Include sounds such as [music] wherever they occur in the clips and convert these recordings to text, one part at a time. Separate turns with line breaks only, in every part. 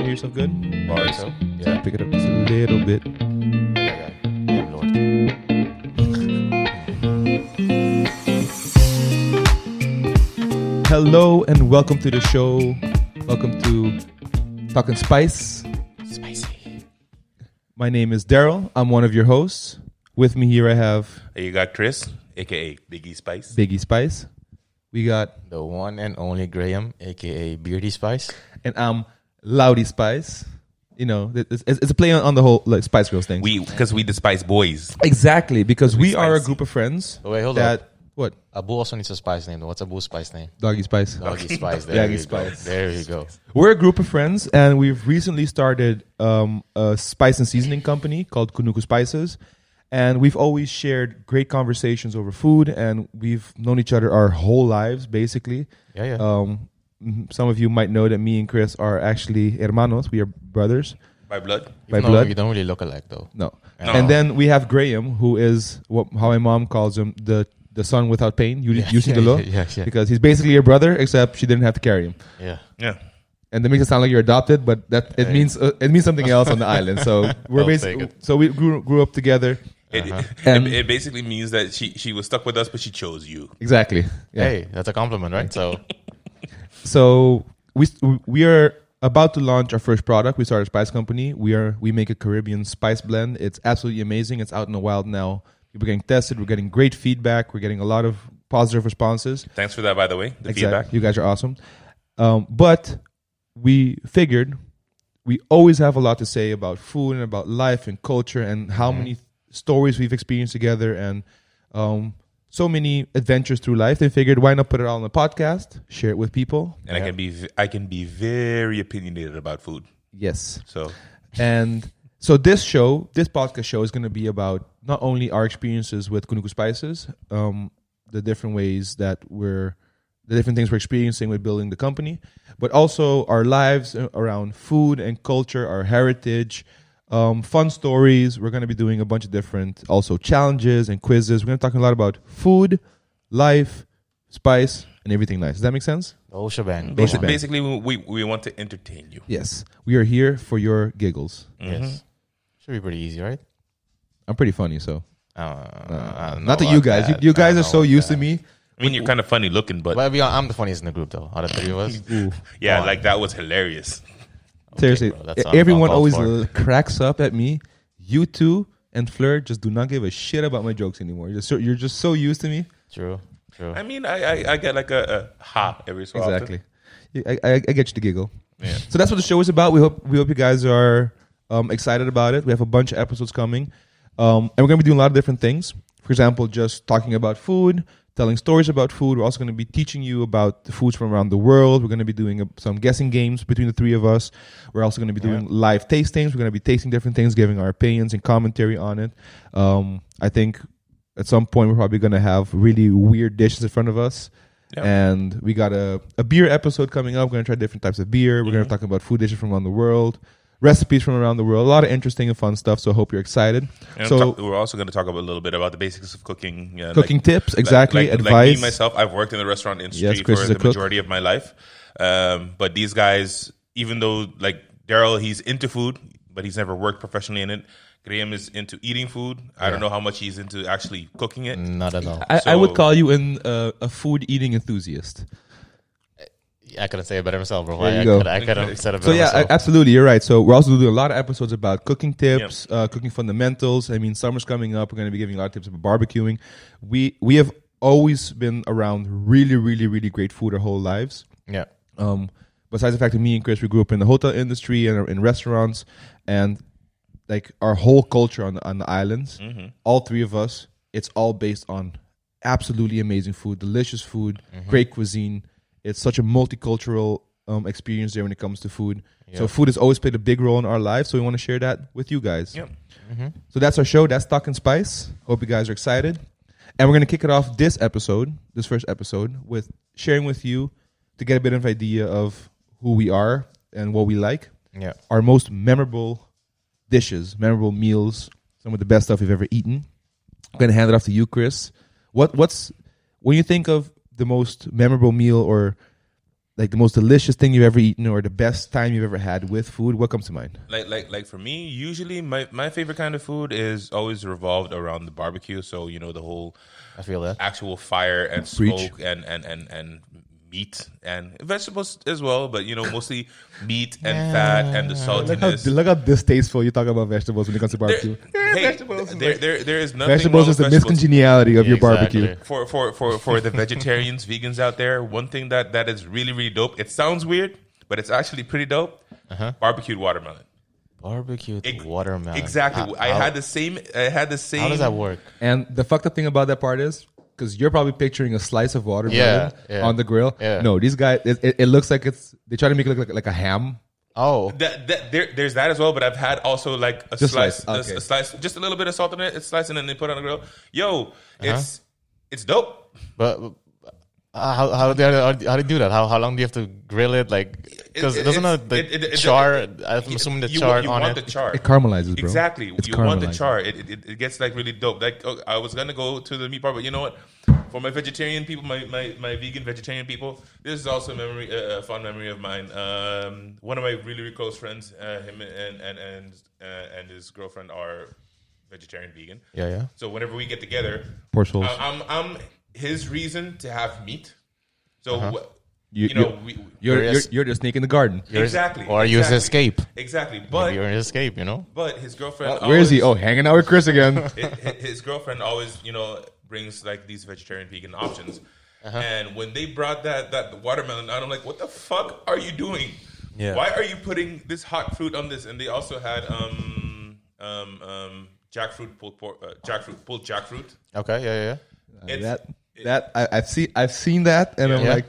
yourself good?
Baritone. Yeah.
Pick it up just a little bit.
yeah, yeah. Yeah, north.
Hello and welcome to the show. Welcome to Talking Spice.
Spicy.
My name is Daryl. I'm one of your hosts. With me here, I have
You got Chris, aka Biggie Spice.
Biggie Spice. We got,
The one and only Graham, aka Beardy Spice.
and I'm Loudy Spice. You know, it- it's, it's a play on, on the whole like Spice Girls thing.
We because we despise boys.
exactly because we are a
spicy.
group of friends.
Oh, wait, hold
that
up.
what
Abu also needs a spice name. though. What's Abu's spice name?
doggy spice.
Doggy Spice. Oh, There
[laughs] Doggy
you
Spice.
go. There you go.
We're a group of friends, and we've recently started um, a spice and seasoning company called Kunuku Spices. And we've always shared great conversations over food, and we've known each other our whole lives, basically.
Yeah, yeah.
Um, mhm, some of you might know that me and Chris are actually hermanos. We are brothers
By blood.
by
no,
blood.
you don't really look alike though.
No.
No.
And then we have Graham, who is what how my mom calls him the the son without pain, Yusi
Yeah, [laughs] yeah,
Dolo,
yeah, yeah, yeah.
because he's basically your brother, except she didn't have to carry him.
Yeah.
Yeah.
And that makes it sound like you're adopted, but that it
Hey.
means uh, it means something else on
[laughs]
the island. So we're
I'll take
basically
it.
so we grew, grew up together.
[laughs] It,
Uh-huh.
And-
it, it basically means that she, she was stuck with us, but she chose you.
Exactly. Yeah.
Hey, that's a compliment, right? So
[laughs] So we we are about to launch our first product. We started a spice company. We are we make a Caribbean spice blend. It's absolutely amazing. It's out in the wild now. People are getting tested. We're getting great feedback. We're getting a lot of positive responses.
Thanks for that, by the way. The feedback.
You guys are awesome. Um, but we figured we always have a lot to say about food and about life and culture and how
Mm-hmm.
many stories we've experienced together and um, so many adventures through life. They figured why not put it all on the podcast, share it with people.
And I can be v- I can be very opinionated about food.
Yes.
So
And so this show, this podcast show, is going to be about not only our experiences with Kunuku Spices, um, the different ways that we're, the different things we're experiencing with building the company, but also our lives uh, around food and culture, our heritage, um, fun stories. We're going to be doing a bunch of different also challenges and quizzes. We're going to be talking a lot about food, life, spice, and everything nice. Does that make sense?
the whole shebang.
Basic-
Come on.
basically, we, we want to entertain you.
Yes. We are here for your giggles.
Yes. Should be pretty easy, right?
I'm pretty funny, so.
Uh, I don't
Not
know
that you
about
guys. You,
that.
you
I
guys
don't
are
know
so
about
used
that.
to me.
I mean, you're kind of funny looking, but
But I'll be hon- I'm the funniest in the group though. Out of three of
[laughs]
us.
yeah,
on.
like that was hilarious.
Seriously,
bro, that's
e-
un-
everyone
uncalled
always
for.
l- cracks up at me. You two and Fleur just do not give a shit about my jokes anymore. You're just so, you're just so used to me.
True. True.
I mean, I I, I get like a, a ha every so often.
Exactly. You- I, I, I get you to giggle. So that's what the show is about. We hope we hope you guys are um, excited about it. We have a bunch of episodes coming, um, and we're going to be doing a lot of different things. For example, just talking about food, telling stories about food. We're also going to be teaching you about the foods from around the world. We're going to be doing uh, some guessing games between the three of us. We're also going to be doing live tastings. We're going to be tasting different things, giving our opinions and commentary on it. Um, I think at some point we're probably going to have really weird dishes in front of us.
Yeah.
And we got a, a beer episode coming up. We're going to try different types of beer. We're
Mm-hmm.
going to talk about food dishes from around the world, recipes from around the world, a lot of interesting and fun stuff. So I hope you're excited.
And
so,
talk- we're also going to talk about a little bit about the basics of cooking. Yeah,
cooking tips, exactly,
Like,
advice.
Like me myself, I've worked in the restaurant industry
Yes,
for
Chris is a
the
cook.
majority of my life. Um, but these guys, even though like Daryl, he's into food, but he's never worked professionally in it. Graham is into eating food. I don't know how much he's into actually cooking it.
Mm.
Not at all.
I, I
so-
would call you an, uh, a food eating enthusiast.
I couldn't say it better myself, bro.
you
I,
go.
could, I could have said it better
So yeah,
myself.
a- absolutely, you're right. So we're also doing a lot of episodes about cooking tips, uh, cooking fundamentals. I mean, summer's coming up. We're going to be giving a lot of tips about barbecuing. We we have always been around really, really, really great food our whole lives.
yeah.
Um, besides the fact that me and Chris, we grew up in the hotel industry and in restaurants, and like our whole culture on the, on the islands, all three of us, it's all based on absolutely amazing food, delicious food, great cuisine. It's such a multicultural um, experience there when it comes to food. So food has always played a big role in our lives. So we want to share that with you guys.
Yep.
So that's our show. That's Talking Spice. Hope you guys are excited. And we're going to kick it off this episode, this first episode, with sharing with you to get a bit of idea of who we are and what we like.
Yeah.
Our most memorable dishes, memorable meals, some of the best stuff we've ever eaten. I'm going to hand it off to you, Chris. What What's when you think of the most memorable meal or like the most delicious thing you've ever eaten or the best time you've ever had with food? What comes to mind?
like like like for me usually my, my favorite kind of food is always revolved around the barbecue so you know the whole
I feel that.
actual fire and
Preach.
smoke and and and and meat and vegetables as well but you know mostly meat and fat and the saltiness
look how distasteful you talk about vegetables when it comes to barbecue.
[laughs]
Hey, there, there, there is nothing
vegetables
wrong
is the
with vegetables.
miscongeniality of your
Exactly.
barbecue.
for for for for
[laughs]
the vegetarians, vegans out there, one thing that that is really really dope. It sounds weird, but it's actually pretty dope. Barbecued watermelon.
Barbecued
Ex-
Uh-huh. watermelon.
Exactly.
How-
I
how-
had the same. I had the same.
How does that work?
And the fucked up thing about that part is because you're probably picturing a slice of watermelon
Yeah, yeah.
on the grill.
Yeah.
No, these guys, it, it, it looks like it's they try to make it look like, like a ham.
Oh,
That, that- there, there's that as well, but I've had also like a
Just
slice,
slice,
a-
okay.
a, slice, just a little bit of salt in it. It's sliced and then they put it on the grill. Yo,
Uh-huh.
it's it's dope.
but uh, how how do they, how do you do that? How how long do you have to grill it? Like because
It- it-
doesn't
it's-
it, the
it- it- it-
char? I'm assuming the
you,
char
you
on
want
it.
the char.
It caramelizes, bro.
Exactly.
It's
you want the
caramelized.
char. It, it, it gets like really dope. Like oh, I was gonna go to the meat bar, but you know what? For my vegetarian people, my, my, my vegan vegetarian people, this is also a memory, uh, a fond memory of mine. Um, one of my really, really close friends, uh, him and and and, uh, and his girlfriend are vegetarian vegan.
yeah, yeah.
So whenever we get together,
Poor souls.
I- I'm I'm his reason to have meat. So wh-
Uh-huh. You-
you, know we,
You're, you're,
Curious.
you're just sneaking the garden.
Yours-
exactly
Or use
exactly,
escape.
Exactly,
Maybe
but
you're in escape. You know.
but his girlfriend.
Where is he?
always-
Oh, hanging out with Chris
[laughs]
again. Uh,
hi- hi- his girlfriend always, you know, brings like these vegetarian vegan options.
Uh-huh.
And when they brought that that watermelon out, I'm like, what the fuck are you doing?
Yeah.
Why are you putting this hot fruit on this? And they also had um um um jackfruit pulled pork, uh, jackfruit pulled jackfruit.
Okay. Yeah, yeah. yeah.
It's-
Uh, that that I, I've seen I've seen that, and I'm
Yeah.
like,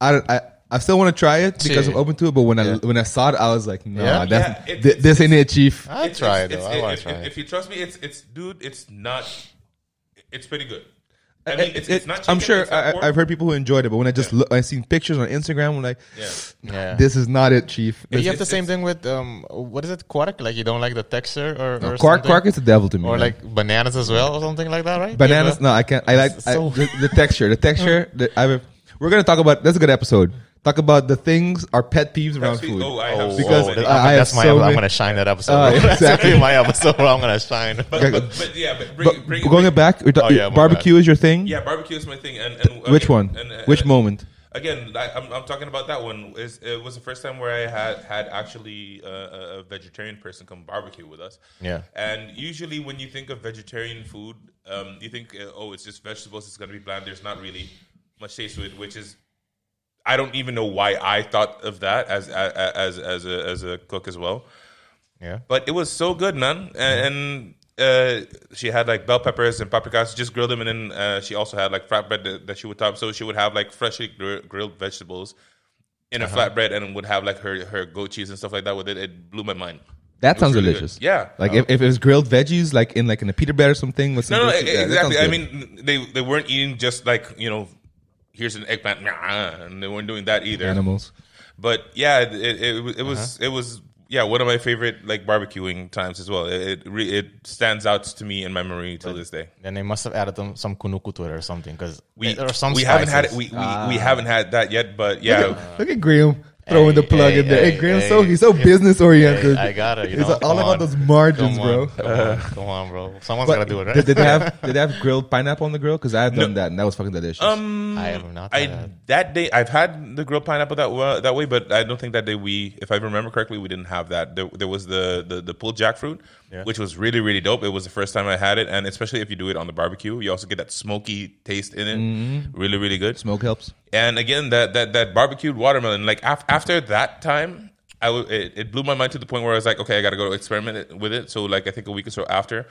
I don't- I. I still want to try it because I'm
See.
open to it, but when I when I saw it, I was like, "Nah,
Yeah.
that's,
Yeah, it-
thi- this ain't it, Chief."
I
it's-
try it.
it's-
Though.
it-
I want
it-
to try
if,
it.
you trust me, it's it's dude, it's not. It's pretty good. I mean,
It-
it's,
it-
it's not. Chicken,
I'm sure
it's not
I,
pork.
I- I've heard people who enjoyed it, but when I just look, I seen pictures on Instagram, I'm like,
Yeah.
Yeah.
"This is not it, Chief."
But you
This-
have the same thing with um, what is it? Quark? Like you don't like the texture or, or
Quark,
something?
quark is the devil to me.
or
man.
like bananas as well or something like that, right?
bananas,
Yeah,
no, I can't. I like I-
So-
the, the texture. The
[laughs]
texture. the, I have, we're gonna talk about. That's a good episode. Talk about the things our pet peeves around
Actually,
food.
oh, I have
oh,
Because
because
so many.
I- I
that's
have
my.
so many-
I'm gonna shine that episode.
Uh,
[laughs] that's
exactly.
gonna be my episode. where I'm
[laughs]
gonna shine.
but, but, but yeah, but bring,
but
bring,
going back, we're ta-
Oh, yeah, my
barbecue is your thing.
Yeah, barbecue is my thing. And, and
Which
again-
one?
and- uh, and-
Which
and-
moment?
Again, like, I'm, I'm talking about that one. Is it was the first time where I had had actually uh, a, a vegetarian person come barbecue with us.
Yeah.
And usually, when you think of vegetarian food, um, you think, uh, oh, it's just vegetables. It's gonna be bland. There's not really much taste to it, which is. I don't even know why I thought of that as as as, as a as a cook as well
yeah.
but it was so good, man.
Mm-hmm.
And, and uh, she had like bell peppers and paprikas, just grilled them, and then uh, she also had like flatbread that, that she would top. So she would have like freshly gr- grilled vegetables in a
Uh-huh.
flatbread, and would have like her her goat cheese and stuff like that with it. It blew my mind.
That
It was
sounds
really good.
delicious.
Yeah. Uh,
Like if, if it was grilled veggies, like in like in a pita bread or something with some
No, no,
goat cheese,
e-
yeah, that
exactly.
sounds
I
good.
mean, they they weren't eating just like you know, here's an eggplant, nah, and they weren't doing that either.
animals.
But yeah, it it, it, was- it was
Uh-huh.
it was yeah one of my favorite like barbecuing times as well. It it, re- it stands out to me in my memory till this day.
Then they must have added them some kunuku to it or something because
We
or some
we haven't had it.
spices. Ah.
We, we, we haven't had that yet. But yeah,
Look at Graham throwing the plug
hey,
in there. Hey,
hey,
Graham's
hey,
so he's so
hey,
business oriented.
Hey, I got it. You
It's
know,
all
come
about
on.
those margins,
Come on,
bro.
Come on,
Uh,
come on, bro. Someone's
But
gotta do it, right?
Did, did they have
[laughs]
did they have grilled pineapple on the grill? Because I have done that and that was fucking delicious.
um,
I have not had
I
that.
that day I've had the grilled pineapple that wa- that way, but I don't think that day we, if I remember correctly, we didn't have that. There, there was the the, the pulled jackfruit,
Yeah.
which was really really dope. It was the first time I had it, and especially if you do it on the barbecue, you also get that smoky taste in it.
Mm-hmm.
Really really good.
Smoke helps.
And again, that that that barbecued watermelon. Like af- after that time, I w- it, it blew my mind to the point where I was like, okay, I got to go experiment it- with it. So like I think a week or so after,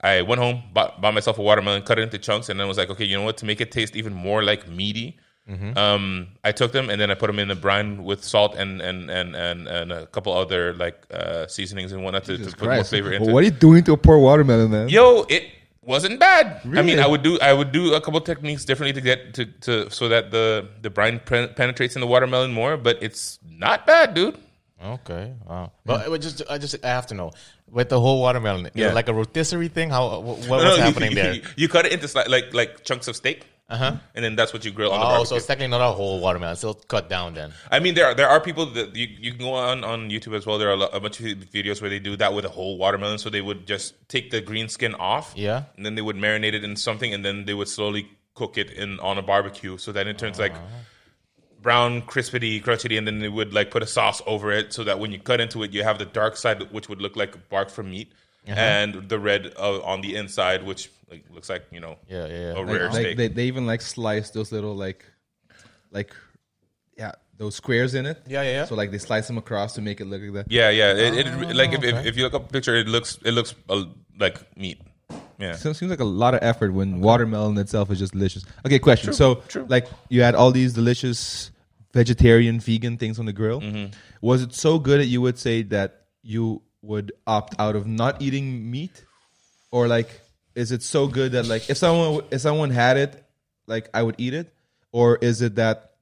I went home, bought, bought myself a watermelon, cut it into chunks, and then was like, okay, you know what? To make it taste even more like meaty,
Mm-hmm.
um, I took them and then I put them in the brine with salt and and and and, and a couple other like uh, seasonings and whatnot to, to put more
Christ.
flavor into.
Well, what are you doing to a poor watermelon, man?
Yo, it wasn't bad. I
Really?
mean, I would do I would do a couple techniques differently to get to, to so that the the brine pre- penetrates in the watermelon more, but it's not bad, dude.
Okay, wow. Well, I would just I just I have to know with the whole watermelon, yeah,
Yeah.
like a rotisserie thing. How wh- what,
No,
was
you-
happening
you,
there?
You, you cut it into sli- like like chunks of steak. uh-huh. and then that's what you grill on the
Oh,
barbecue.
so it's technically not a whole watermelon. It's still cut down then.
I mean, there are, there are people that you, you can go on, on YouTube as well. There are a, lot, a bunch of videos where they do that with a whole watermelon. So they would just take the green skin off,
Yeah.
and then they would marinate it in something, and then they would slowly cook it in on a barbecue. So then it turns like
Uh-huh.
brown, crispity, crunchity, and then they would like put a sauce over it so that when you cut into it, you have the dark side, which would look like bark from meat,
Uh-huh.
and the red uh, on the inside, which like, looks like you know
Yeah, yeah, yeah.
a
Like-
rare
Like,
steak.
they, they even like slice those little like, like, yeah, those squares in it.
Yeah, yeah, yeah.
So like they slice them across to make it look like that.
yeah, yeah. It,
Ah,
it like if, if, if you look up a picture, it looks it looks uh, like meat. Yeah.
Seems, seems like a lot of effort when watermelon itself is just delicious. Okay, question. so, like, you had all these delicious vegetarian, vegan things on the grill.
Mm-hmm.
Was it so good that you would say that you would opt out of not eating meat, or like, is it so good that like if someone if someone had it, like I would eat it, or is it that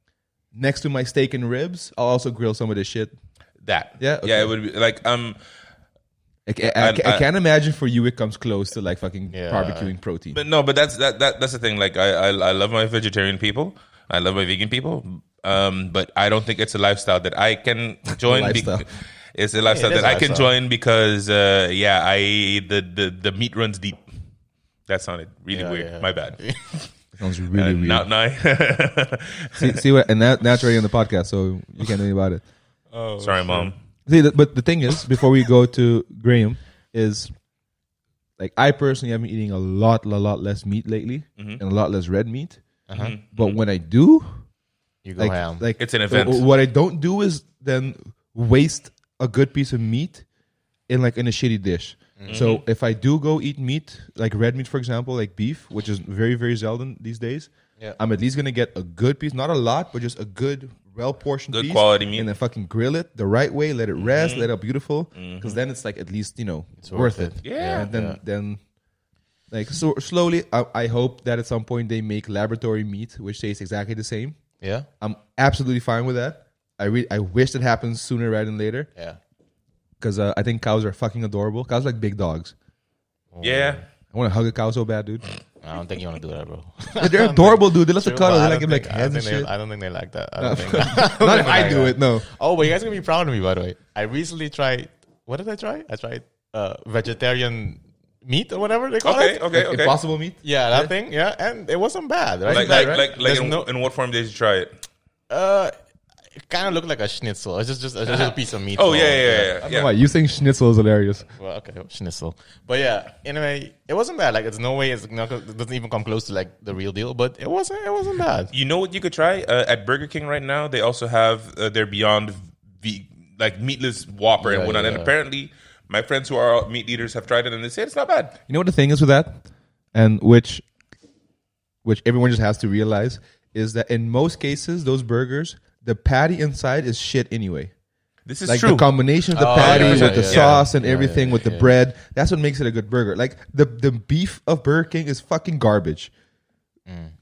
next to my steak and ribs, I'll also grill some of this shit?
That.
Yeah, okay.
Yeah, it would be like um
I, ca- I,
And
ca- I
I-
can't imagine for you it comes close to like fucking
Yeah.
barbecuing protein.
but no, but that's that, that that's the thing. Like I, I I love my vegetarian people. I love my vegan people. Um but I don't think it's a lifestyle that I
[laughs]
can join be-
Lifestyle.
it's a lifestyle
It is
that I
a
can
lifestyle.
join because uh yeah, I the the, the meat runs deep. That sounded really
Yeah,
weird.
yeah.
My bad.
Sounds really
And now, now [laughs]
see, see what, and that, that's already on the podcast, so you can't do anything about it.
Oh,
sorry, mom.
See, th- but the thing is, before we go to Graham, is like I personally have been eating a lot, a lot less meat lately, and a lot less red meat. But when I do,
You go
like,
ham.
like
It's an event.
w- What I don't do is then waste a good piece of meat in like in a shitty dish.
Mm-hmm.
So if I do go eat meat, like red meat, for example, like beef, which is very very seldom these days,
Yeah.
I'm at least gonna get a good piece, not a lot, but just a good, well portioned,
Good quality meat. Mm-hmm.
and then fucking grill it the right way, let it rest, let it beautiful, because then it's like at least you know it's worth,
worth
it.
it.
Yeah.
and then then. Like so slowly, I, I hope that at some point they make laboratory meat, which tastes exactly the same.
yeah,
I'm absolutely fine with that. I re- I wish it happens sooner rather than later
yeah.
because uh, I think cows are fucking adorable. Cows are like big dogs.
Oh,
Yeah.
I want to hug a cow so bad,
[laughs]
dude.
I don't think you want to do that, bro. [laughs]
But they're adorable, dude. They love to
But
cuddle.
I
They like
don't
give like
think-
heads
I don't
and
think they-
shit.
I don't think they like that.
[laughs]
I don't think.
Not if I do it. No.
Oh, but you guys are gonna be proud of me, by the way. I recently tried. What did I try? I tried uh, vegetarian meat or whatever they call
Okay,
it.
okay, okay.
Impossible meat.
Yeah, that thing. Yeah, and it wasn't bad, right?
Like
Bad,
like
right?
like, like
There's
in,
no-
in what form did you try it?
uh, it kind of looked like a schnitzel. It's just just, it's just a piece of meat.
Oh yeah, yeah, yeah. yeah, yeah.
Why you think schnitzel is hilarious?
Well, okay, schnitzel. But yeah, anyway, it wasn't bad. Like, it's no way. It's not, it doesn't even come close to like the real deal. But it wasn't. It wasn't bad.
You know what you could try uh, at Burger King right now? They also have uh, their Beyond V like meatless Whopper
Yeah,
and whatnot.
yeah,
And
yeah.
apparently, my friends who are meat eaters have tried it and they say it's not bad.
You know what the thing is with that, and which, which everyone just has to realize is that in most cases those burgers, the patty inside is shit anyway.
This is
like
true.
the combination of the
Oh,
patty
yeah,
with
yeah,
the
yeah.
sauce and
Yeah,
everything
yeah,
with the
yeah.
bread. That's what makes it a good burger. Like the the beef of Burger King is fucking garbage.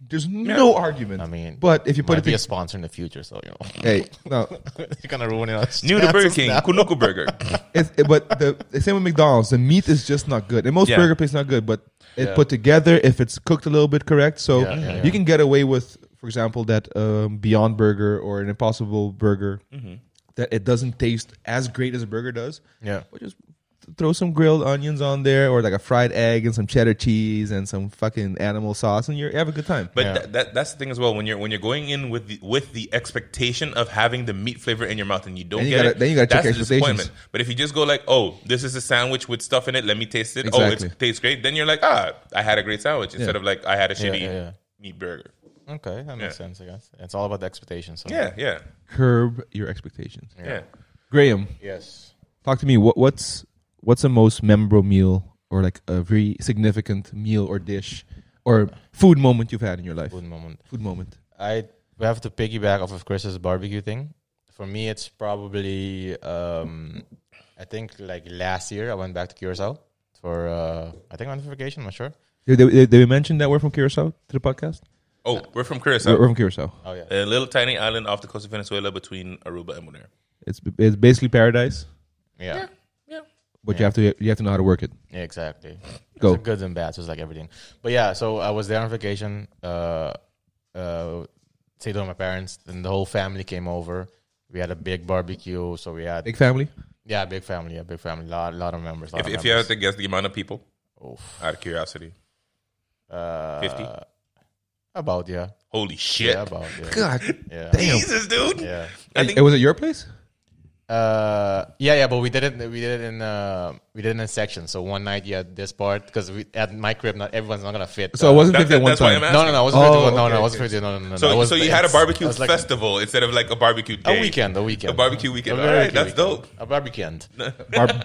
There's no argument.
Mm. I mean,
but if you put
Might
it
be a
to,
sponsor in the future, so you know, [laughs]
hey, no,
you're gonna ruin it.
New to Burger King,
[laughs]
Kunuku Burger.
it's, it- but the, the same with McDonald's. The meat is just not good. And most
Yeah.
burger places not good, but it put together if it's cooked a little bit correct, so
Yeah, yeah,
you can get away with, for example, that um, Beyond Burger or an Impossible Burger.
Mm-hmm.
That it doesn't taste as great as a burger does,
Yeah.
Or just throw some grilled onions on there, or like a fried egg and some cheddar cheese and some fucking animal sauce, and you have a good time.
But
Yeah.
that, that, that's the thing as well. When you're when you're going in with the, with the expectation of having the meat flavor in your mouth and you don't
Then you
get
gotta-
it,
then you gotta check
that's a
expectations.
disappointment. But if you just go like, oh, this is a sandwich with stuff in it, let me taste it. Oh,
Exactly.
it tastes great. Then you're like, ah, I had a great sandwich instead of like I had a shitty
yeah, yeah.
meat burger.
Okay, that makes
Yeah.
sense. I guess it's all about the expectations. So.
Yeah, yeah,
Curb your expectations,
yeah.
Graham.
Yes.
Talk to me. What, what's what's the most memorable meal, or like a very significant meal or dish, or food moment you've had in your life?
Good moment.
Food moment.
I have to piggyback off of Chris's barbecue thing. For me, it's probably um, I think like last year I went back to Curacao for uh, I think on vacation. I'm not sure.
Did, did, did we mention that we're from Curacao to the podcast?
Uh,
Oh, we're from
We're,
Curacao.
we're from Curacao.
Oh yeah.
A little tiny island off the coast of Venezuela between Aruba and Bonaire.
It's it's basically paradise,
Yeah. yeah.
Yeah.
but you have to you have to know how to work it.
Exactly.
Go.
It's a goods and bads. It's like everything. But yeah, so I was there on vacation. Uh, uh, stayed with my parents, and the whole family came over. We had a big barbecue, so we had
Big family.
yeah, big family, yeah, big family, lot, lot of members. Lot
If,
of
if you had to
members.
guess the amount of people,
Oof.
out of curiosity,
Uh,
50?
about yeah,
Holy shit.
yeah, about yeah,
God.
yeah,
[laughs] Jesus, dude.
yeah.
I
Hey,
think
was it your place?
Uh, yeah, yeah, but we did it. We did it in uh, we did it in sections. So one night you had this part because we at my crib, not everyone's not gonna fit.
So it
uh,
wasn't
That-
50 at
that-
one
that's why I'm
time.
asking.
no, no, no, it wasn't
Oh,
51. No,
okay,
no, it wasn't
okay.
51. No, no, no.
So,
it was
so
the-
you had a
it's-
barbecue
it was like
festival instead of like a barbecue day.
a weekend, a weekend,
A barbecue weekend.
A
All right,
barbecue
that's
weekend.
dope.
A barbecue.
Bar-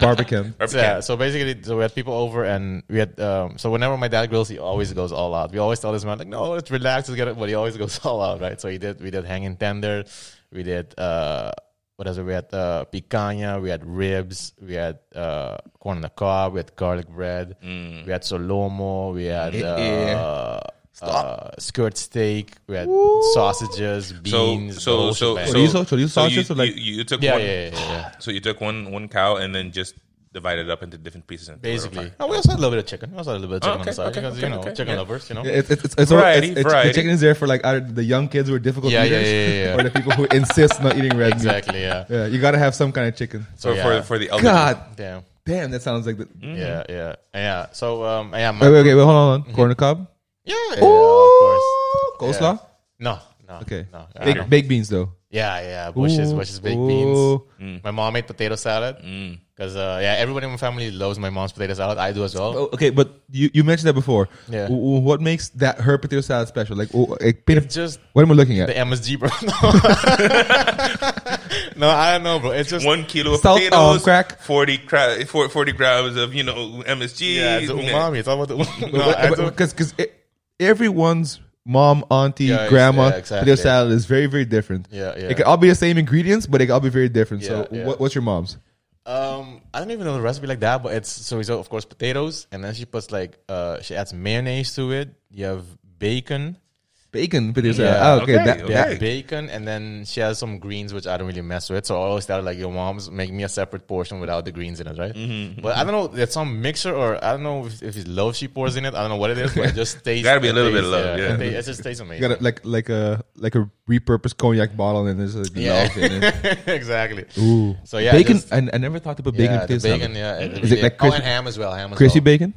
[laughs] barbecue.
Barbecue.
Yeah. So basically, so we had people over, and we had. Um, so whenever my dad grills, he always goes all out. We always tell this man like, "No, let's relax, let's get it," but he always goes [laughs] all out, right? So he did. We did hanging tender. We did. Uh, what else? We had uh, picanha. We had ribs. We had uh, corn on the cob. We had garlic bread.
Mm.
We had solomo. We had uh, uh, skirt steak. We had sausages,
So,
beans. the
so,
whole
so,
shebang.
so,
Chorizo- chorizo
so you,
sausage or like-
you, you took
yeah,
one,
yeah, yeah, yeah, yeah.
So you took one one cow and then just divided it up into different pieces. And
Basically, oh, we also had a little bit of chicken. We also had a little bit of
Oh, Okay,
chicken on the side
okay,
because
okay,
you know
okay,
chicken
yeah.
lovers, you know.
It's, it's, it's, it's,
Variety,
it's, it's,
variety.
the chicken is there for like either the young kids who are difficult
Yeah, yeah,
eaters
yeah, yeah, yeah.
or the people who insist not eating red
[laughs]
Exactly. Yeah.
meat. Yeah, you gotta have some kind of chicken.
So
Yeah.
for for the elderly,
God
Damn.
Mm-hmm.
damn, that sounds like the.
Yeah. Yeah. Yeah. So um. Yeah. My,
Wait, wait, okay, wait, hold on. Corn on cob,
Yeah. yeah, of course.
coleslaw.
No. No.
Okay.
No. I
Baked,
don't-
baked beans though.
Yeah. Yeah. Bushes.
Ooh,
Bushes baked
ooh.
beans.
Mm.
My mom made potato salad because uh, yeah, everybody in my family loves my mom's potato salad. I do as well.
Oh, okay, but you, you mentioned that before.
Yeah.
W- w- what makes that her potato salad special? Like, oh, like paint
It's just
what am I looking
the
at?
MSG,
[laughs]
bro. [laughs] no, I don't know, bro. It's just
one kilo of
Salt,
potatoes,
um, crack.
40, cra- four- 40 grams of, you know, MSG.
yeah, it's the umami. It's all about the umami. No, I don't-
Because because e, everyone's mom, auntie,
Yeah, it's-
grandma
yeah, exactly.
potato salad is very very different.
Yeah, yeah.
It can all be the same ingredients, but it can all be very different. so,
Yeah, yeah.
What, what's your mom's?
Um, I don't even know the recipe like that, but it's so it's of course potatoes, and then she puts like uh she adds mayonnaise to it. You have bacon,
Bacon potato salad.
Yeah,
Oh, okay,
okay,
that,
okay.
that-
yeah, bacon, and then she has some greens which I don't really mess with. So I always tell her like, your mom's make me a separate portion without the greens in it, right?
Mm-hmm,
But I don't know, there's some mixture or I don't know if, if it's love she pours in it. I don't know what it is, but it
[laughs]
just tastes.
Gotta be a
it
little bit
tastes-
of love, yeah.
It, ta- it just tastes
you
amazing.
got a, like like a like a repurposed cognac bottle, and there's a
yeah,
log
[laughs]
in it.
exactly.
Ooh.
So yeah,
bacon.
just-
I, I never thought to put bacon. in
yeah, the
potato salad.
bacon, yeah. it
Is it
really-
like
oh,
crispy-
and ham as well, ham as
crispy
well.
bacon?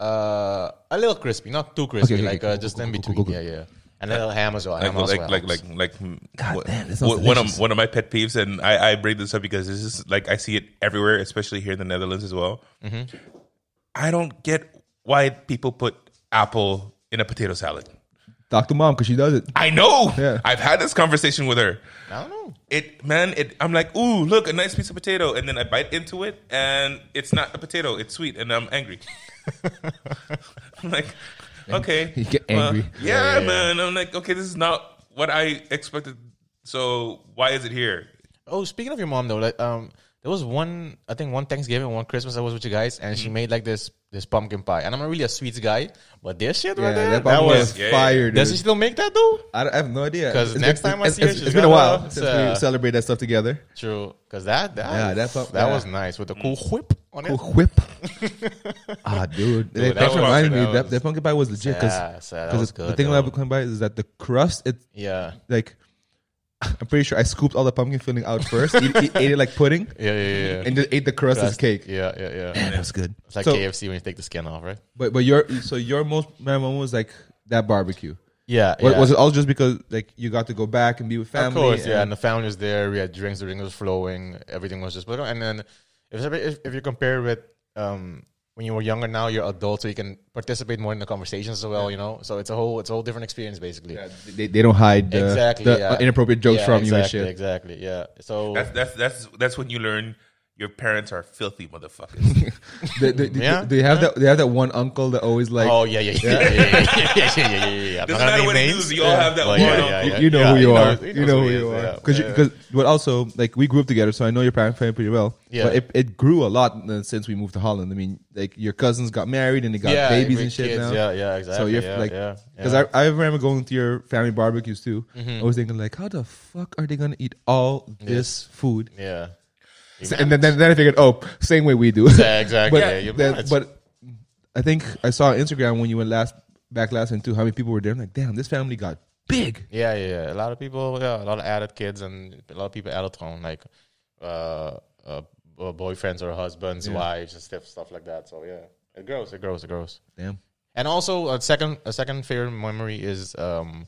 Uh, a little crispy, not too crispy,
okay,
like
okay,
uh,
cool,
just
cool,
in
cool,
between.
cool, cool,
Yeah, yeah. And a little ham as well.
Like,
ham also
like, like,
helps.
like, like, what-
damn, that sounds
what- one of
delicious.
one of my pet peeves, and I, I bring this up because this is like I see it everywhere, especially here in the Netherlands as well.
Mm-hmm.
I don't get why people put apple in a potato salad.
Talk to mom because she does it.
I know.
Yeah.
I've had this conversation with her.
I don't know.
It man, it I'm like, ooh, look, a nice piece of potato, and then I bite into it, and it's not a potato; it's sweet, and I'm angry. [laughs] I'm like, okay,
[laughs] You get
well,
angry.
yeah, man. I'm like, okay, this is not what I expected. So why is it here?
Oh, speaking of your mom though, like um, there was one I think one Thanksgiving, one Christmas I was with you guys, and
Mm.
she made like this this pumpkin pie, and I'm not really a sweets guy, but this shit right there,
that,
that,
pumpkin
was.
is
yeah, yeah.
fire,
Does she
dude.
still make that though?
I, don't- I have no idea.
'Cause
It's-
next
it's-
time I
it's-
see her,
it's-
she's
it's been a
gonna-
while
it's,
since
uh, [laughs]
we celebrate that stuff together.
True, because that that
Yeah,
was,
that's up-
that
yeah.
was nice with the cool whip on it.
Mm. Cool
[laughs]
whip. ah, dude. that
that
that
was-
reminded me.
that
That, that,
was-
pumpkin pie was legit because
yeah, so that was good.
the thing
though.
about pumpkin pie is that the crust, it
yeah,
like I'm pretty sure I scooped all the pumpkin filling out first, [laughs] eat, eat- ate it like pudding,
yeah, yeah, yeah.
and just ate the crust, as
Crust.
cake.
Yeah, yeah, yeah.
[clears throat] Man, that was good.
It's like
so,
KFC when you take the skin off, right?
but but your so your most memorable one was like that barbecue.
Yeah.
Wa-
yeah.
Was it all just because like you got to go back and be with family?
Of course,
and-
yeah. And the family was there. We had drinks. The drink was flowing. Everything was just. But and then if if, if you compare with um, when you were younger, now you're adult, so you can participate more in the conversations as well. You know, so it's a whole it's a whole different experience basically.
Yeah, they, they don't hide the,
Exactly.
the
yeah.
inappropriate jokes
Yeah,
from
exactly,
you and shit.
Exactly. Yeah. So
That's that's that's that's when you learn your parents are filthy
[laughs]
motherfuckers.
They, they, they-
Yeah.
they have that. They have that one uncle that always like.
oh yeah yeah yeah yeah yeah yeah yeah. yeah, yeah, yeah.
Doesn't
I'm not gonna
matter
name
what it
names.
is, you all have that
Well,
one.
yeah,
on-
yeah,
You, you know who
he
you
knows-
are.
he
you
knows
know
who
who
he
you
is,
are.
yeah.
Because,
Yeah.
but also, like, we grew up together, so I know your parent family pretty well.
Yeah.
But it, it grew a lot uh, since we moved to Holland. I mean, like, your cousins got married and they got
Yeah,
babies
with
and shit
kids,
now.
Yeah, yeah, exactly.
So you're
yeah,
like,
yeah,
because
yeah. Mm-hmm.
I, I remember going to your family barbecues too. I was thinking like, how the fuck are they gonna eat all this food?
yeah,
And then, then then I figured, oh, same way we do.
yeah,
[laughs]
exactly.
but,
yeah, you
that-
manage.
but I think I saw on Instagram when you went last back last time too how many people were there. I'm like, damn, this family got big.
Yeah, yeah, yeah. A lot of people, yeah, a lot of adult kids and a lot of people adult home, like uh, uh, uh, boyfriends or husbands, wives, and stuff, stuff like that. So yeah, it grows, it grows, it grows.
Damn.
And also a second, a second favorite memory is um,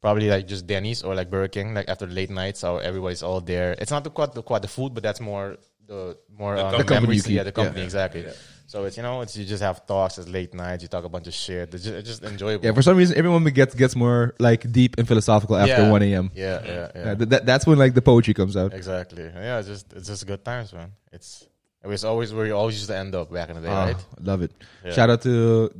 probably like just Denny's or like Burger King, like after late nights or everybody's all there. It's not the quad, the quad, the food, but that's more the more um,
company
memories.
you keep.
Yeah, the company
Yeah.
exactly. So it's you know it's you just have talks. It's late nights. You talk a bunch of shit. It's just, it's just enjoyable.
Yeah, for some reason, everyone gets gets more like deep and philosophical after
Yeah.
1 a.m.
Yeah, yeah, yeah.
Uh, th- that- that's when like the poetry comes out.
Exactly. Yeah, it's just it's just good times, man. It's it was always where you always used to end up back in the day,
Ah,
right?
Love it.
Yeah.
Shout out to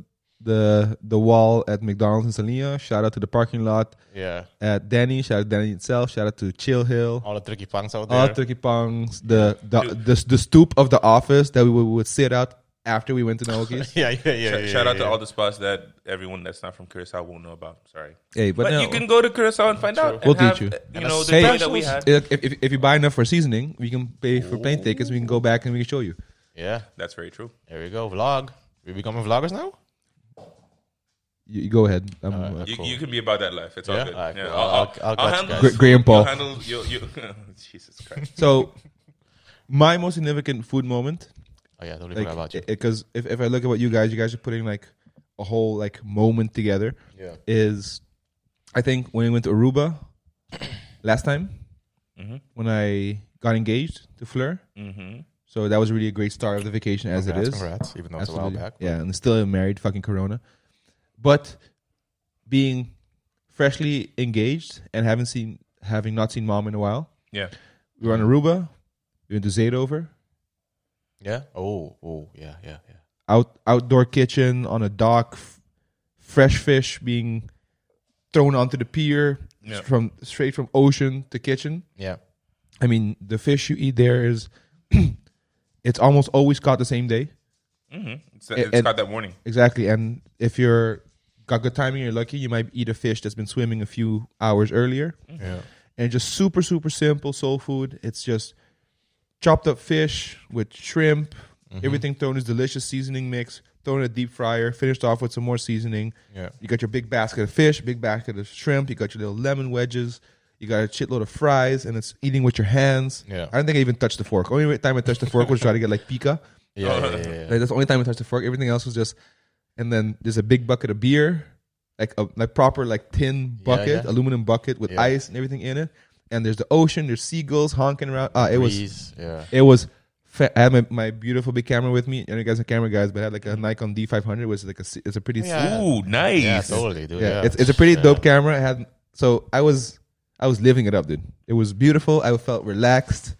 the the wall at McDonald's in Salina. Shout out to the parking lot
Yeah.
at Danny. Shout out to Danny itself. Shout out to Chill Hill.
Oh,
All the tricky punks out there.
All turkey pongs. The the, the the stoop of the office that we would, would sit out after we went to
[laughs]
Naoki's.
[laughs] yeah, yeah, yeah, yeah, yeah.
Shout out to
yeah.
all the spots that everyone that's not from Curacao won't know about. Sorry,
hey, but,
but
no.
you can go to Curacao and find out. and
We'll teach
have,
you.
uh, You
a
know the
Hey,
day that we had.
if, if, if you buy enough for seasoning, we can pay for plane tickets. We can go back and we can show you.
Yeah.
That's very true.
There we go. Vlog. We becoming vloggers now?
You, you go ahead. Um, uh,
You, you can be about that life. It's all
Yeah?
good.
Alright,
yeah,
cool.
I'll,
I'll-
I'll,
I'll
I'll,
catch
handle.
you
Gr- Graham
I'll
Paul.
handle. You, you, [laughs] Jesus Christ.
So, my most significant food moment
Oh yeah, totally
like
forgot about you.
because if, if I look at what you guys, you guys are putting like a whole like moment together.
Yeah.
Is I think when we went to Aruba [clears throat] last time
Mm-hmm.
when I got engaged to Fleur.
Mm-hmm.
So that was really a great start of the vacation as it
Congrats,
is.
Congrats, even though it's a while
Absolutely.
back.
Yeah, and still married, fucking corona. But being freshly engaged and having seen having not seen mom in a while,
Yeah.
we were on Aruba, we went to Zadover,
Yeah. Oh, oh, yeah, yeah, yeah.
out outdoor kitchen on a dock, f- fresh fish being thrown onto the pier
Yeah.
from straight from ocean to kitchen.
Yeah.
I mean, the fish you eat there is [clears throat] it's almost always caught the same day.
Mm-hmm. It's,
And-
it's got that warning.
Exactly. And if you're got good timing, you're lucky, you might eat a fish that's been swimming a few hours earlier.
Yeah.
And just super, super simple soul food. It's just chopped up fish with shrimp, everything thrown is delicious seasoning mix, thrown in a deep fryer, finished off with some more seasoning. [laughs]
Yeah.
You got your big basket of fish, big basket of shrimp, you got your little lemon wedges, you got a shitload of fries, and it's eating with your hands.
Yeah.
I don't think I even touched the fork. Only time I touched the fork was try to get like pica.
Yeah, yeah, yeah, yeah.
Like, that's the only time I touched the fork. Everything else was just, and then there's a big bucket of beer, like a like proper like tin bucket,
yeah.
aluminum bucket with
Yeah.
ice and everything in it. And there's the ocean. There's seagulls honking around. Uh, it was
Breeze, yeah.
it was. Fa- I had my, my beautiful big camera with me. You know, you guys are camera guys, but I had like a Nikon D500, which is like a s- it's a pretty
Yeah.
Ooh, nice.
Yeah, totally, dude.
yeah,
Yeah.
It's, it's a pretty
Yeah.
dope camera. I had so I was I was living it up, dude. It was beautiful. I felt relaxed,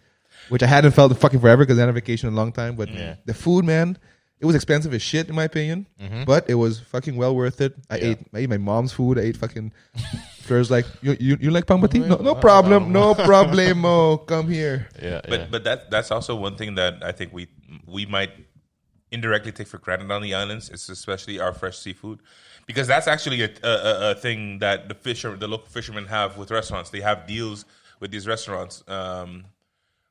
which I hadn't felt in fucking forever because I had a vacation in a long time. But
Yeah.
the food, man, it was expensive as shit in my opinion, but it was fucking well worth it. I ate I ate my mom's food. I ate fucking. Fleur's like you you, you like pambati? No no problem no problemo. Come here.
Yeah,
But
yeah.
but that that's also one thing that I think we we might indirectly take for granted on the islands. It's especially our fresh seafood, because that's actually a, a, a- a thing that the fisher the local fishermen have with restaurants. They have deals with these restaurants. Um,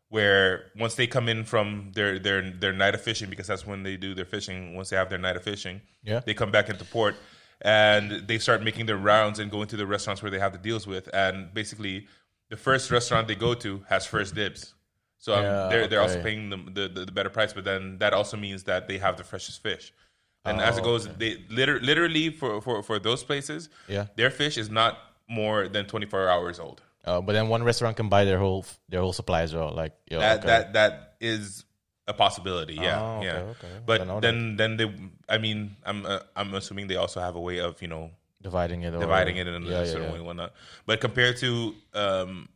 where once they come in from their, their their night of fishing, because that's when they do their fishing. Once they have their night of fishing,
Yeah.
they come back into port and they start making their rounds and going to the restaurants where they have the deals with. And basically, the first restaurant they go to has first dibs, so um,
Yeah,
they're they're also
okay.
paying them the, the the better price. But then that also means that they have the freshest fish. And
Oh,
as it goes, they liter- literally for, for for those places,
Yeah.
their fish is not more than twenty four hours old.
Uh, but then one restaurant can buy their whole their whole supplies, well. Like yo,
that
okay.
that that is a possibility. Yeah,
Oh, okay,
yeah.
okay. Then all
But then then they, I mean, I'm uh, I'm assuming they also have a way of you know
dividing it, or,
dividing it in a
yeah, yeah,
certain
yeah.
way and whatnot. But compared to um,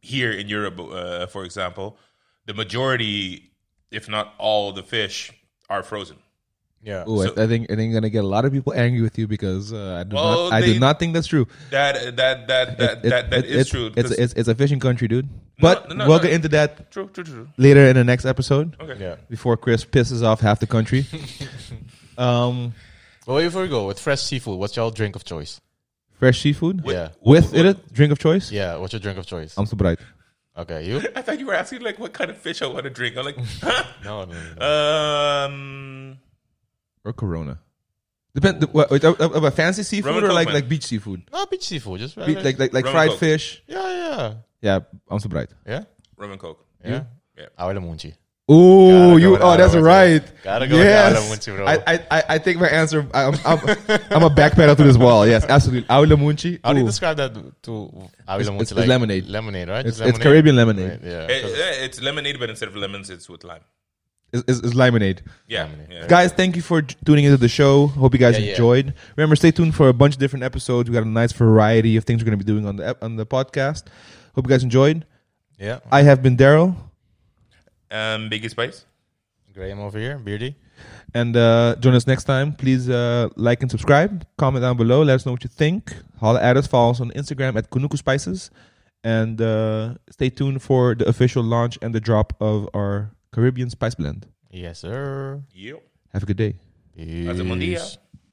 here in Europe, uh, for example, the majority, if not all, the fish are frozen.
Yeah,
Ooh, I-
So-
I, think I think I'm gonna get a lot of people angry with you because uh, I do
Well,
not I
they-
do not think that's true.
That that that that
It-
that, that
it-
is
it-
true.
It's,
'cause-
it's it's a fishing country, dude. But
no, no,
we'll
no.
get into that
true, true, true.
later in the next episode
Okay.
yeah.
before Chris pisses off half the
[laughs]
country. um,
But wait before we go with fresh seafood, what's your drink of choice?
fresh seafood
yeah,
with it, drink of choice.
yeah. What's your drink of choice?
I'm so bright.
okay, you?
I thought you were asking like what kind of fish I want to drink. I'm like,
uh,
No, no, no, no.
um,
Or Corona. Depend what, wait, of- of a fancy seafood
Rum and
or
Coke,
like
man.
like beach seafood,
No, beach seafood. Just
Be- like like like
Rum and
fried
Coke.
fish.
yeah, yeah,
Yeah, I'm so bright.
yeah,
Rum and Coke.
yeah. Ah,
Yeah.
Awalamunchi.
Oh,
go
you.
with
Oh, that's
Alamunchi.
right.
Gotta go with
Yes.
Alamunchi, bro.
I, I, I- I think my answer. I'm,
[laughs]
I'm, I'm a backpedal to this wall. Yes, absolutely. Aulamunchi.
How do you
Ooh.
describe that to ah, Awalamunchi?
it's lemonade.
Lemonade, right?
It's,
Just
it's Caribbean lemonade.
Right, yeah.
It- eh, it's lemonade, but instead of lemons, it's with lime.
It's, it's, it's lemonade.
Yeah.
Lemonade.
yeah.
Guys, thank you for j- tuning into the show. Hope you guys
Yeah, yeah.
enjoyed. Remember, stay tuned for a bunch of different episodes. We got a nice variety of things we're going to be doing on the ep- on the podcast. Hope you guys enjoyed.
yeah.
I have been Daryl,
Um, Biggie Spice.
Graham over here, Beardy.
and uh, join us next time. Please uh, like and subscribe. Comment down below. Let us know what you think. Holla at us. Follow us on Instagram at Kunuku Spices, and uh, stay tuned for the official launch and the drop of our Caribbean spice blend.
Yes, sir.
Yep.
Have a good day.
Hasta buen día.
Peace.